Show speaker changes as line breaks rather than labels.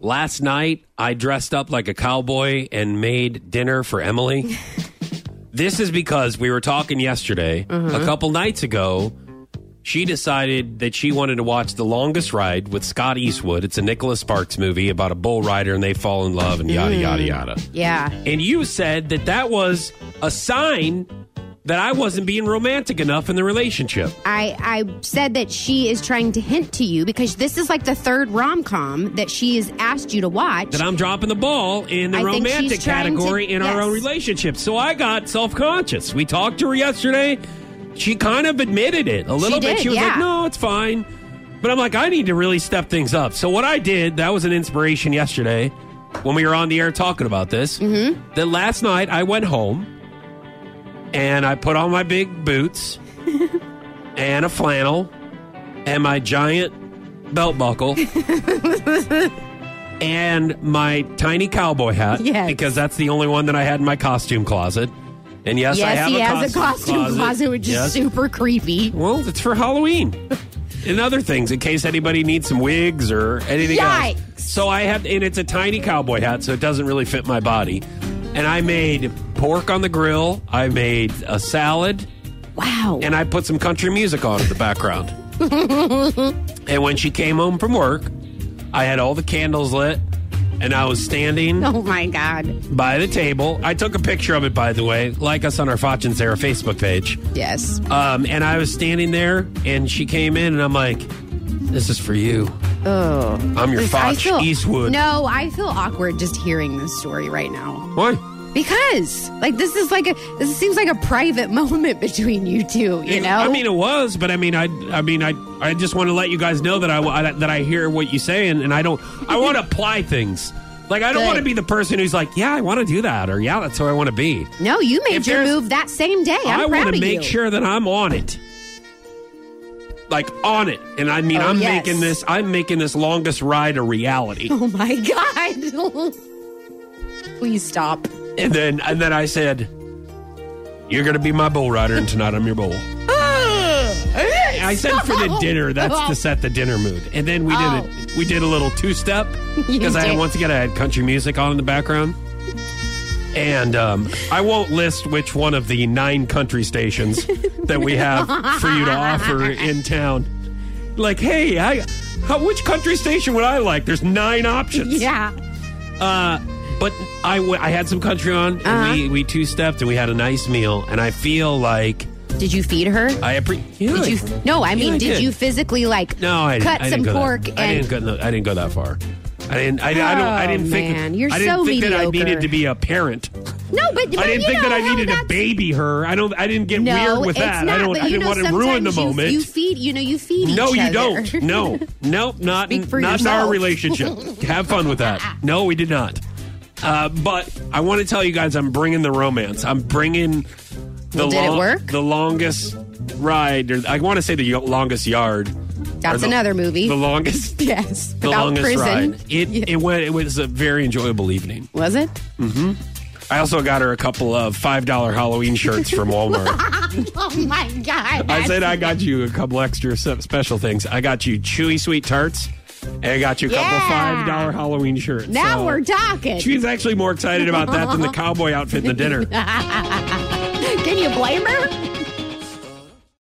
Last night, I dressed up like a cowboy and made dinner for Emily. this is because we were talking yesterday. A couple nights ago, she decided that she wanted to watch The Longest Ride with Scott Eastwood. It's a Nicholas Sparks movie about a bull rider and they fall in love and yada, yada, yada.
Yeah.
And you said that that was a sign that I wasn't being romantic enough in the relationship.
I, I said that she is trying to hint to you because this is like the third rom com that she has asked you to watch.
That I'm dropping the ball in the
I think she's
romantic
trying to-
category in our
yes.
own relationship. So I got self conscious. We talked to her yesterday. She kind of admitted it a little bit.
did,
she was like,
yeah.
no, it's fine. But I'm like, I need to really step things up. So what I did, that was an inspiration yesterday when we were on the air talking about this. Mm-hmm. That last night I went home and I put on my big boots and a flannel and my giant belt buckle and my tiny cowboy hat
Yes.
because that's the only one that I had in my costume closet. And yes, I
yes,
have
he
a
has
costume
a costume closet, which is
Yes.
super creepy.
Well, it's for Halloween and other things in case anybody needs some wigs or anything else.
Yikes.
So I have, and it's a tiny cowboy hat, so it doesn't really fit my body. And I made pork on the grill. I made a salad
Wow.
and I put some country music on in the background. and when she came home from work, I had all the candles lit and I was standing
oh my God.
by the table. I took a picture of it, by the way. Like us on our Fortune Sarah Facebook page.
Yes.
Um, and I was standing there and she came in and I'm like, this is for you.
Oh.
I'm your
I
Foch
feel-
Eastwood.
No, I feel awkward just hearing this story right now.
Why?
Because like this is like a this seems like a private moment between you two, you know?
I mean, it was, but I mean, I, I mean, I, I just want to let you guys know that I, I- that I hear what you say, and, and I don't, I want to apply things. Like, I don't
Good.
want to be the person who's like, yeah, I want to do that, or yeah, that's where I want to be.
no, you made
if
your
there's-
move that same day. I'm
I
proud
want to
of
make
you.
sure that I'm on it, like on it. And I mean,
Oh,
I'm
yes.
making this, I'm making this longest ride a reality.
Oh my god. Please stop.
and then, and then I said, you're gonna be my bull rider, and tonight I'm your bull. I
I
said for the dinner. That's to set the dinner mood. And then we
Oh.
did a, we did a little two step because I
did.
once again I had country music on in the background. And um, I won't list which one of the nine country stations that we have for you to offer in town. Like, hey, I, how, which country station would I like? There's nine options.
Yeah.
Uh, but I, w- I had some country on, and
Uh-huh.
we, we two stepped, and we had a nice meal. And I feel like
Did you feed her?
I appreciate.
Did you No, I mean,
I
did,
did.
you physically like
No, I didn't.
cut
I
some
didn't go
pork
That, I
and
didn't go. no, I didn't go that far. I didn't. I, I don't. I
Oh,
didn't think.
man. You're
I didn't
so
think that I
mediocre.
needed to be a parent.
No, but, but
I didn't
you
think
know
that I
how
needed to
that's-
baby her. I don't. I didn't get
No,
weird with
it's
that.
Not,
I don't.
but
I
you
didn't
know,
want to ruin the
sometimes you-
moment.
You feed, you know, you feed each
no, you
other.
don't. No, no, not
Speak
in-
for
not in our
yourself.
relationship. Have fun with that. No, we did not. Uh, but I want to tell you guys, I'm bringing the romance. I'm bringing the
Well, did it
long-
work?
the longest ride. Or I want to say the yo- longest yard.
That's
Or the-
another movie.
The longest
yes.
the
About
longest
prison.
ride. It it went. It was a very enjoyable evening.
Was it?
I also got her a couple of five dollar Halloween shirts from Walmart.
Oh my god.
I said I got you a couple extra se- special things. I got you chewy sweet tarts, and I got you a couple
Yeah.
five dollar Halloween shirts.
Now
So,
we're talking.
She's actually more excited about that than the cowboy outfit and the dinner.
Can you blame her?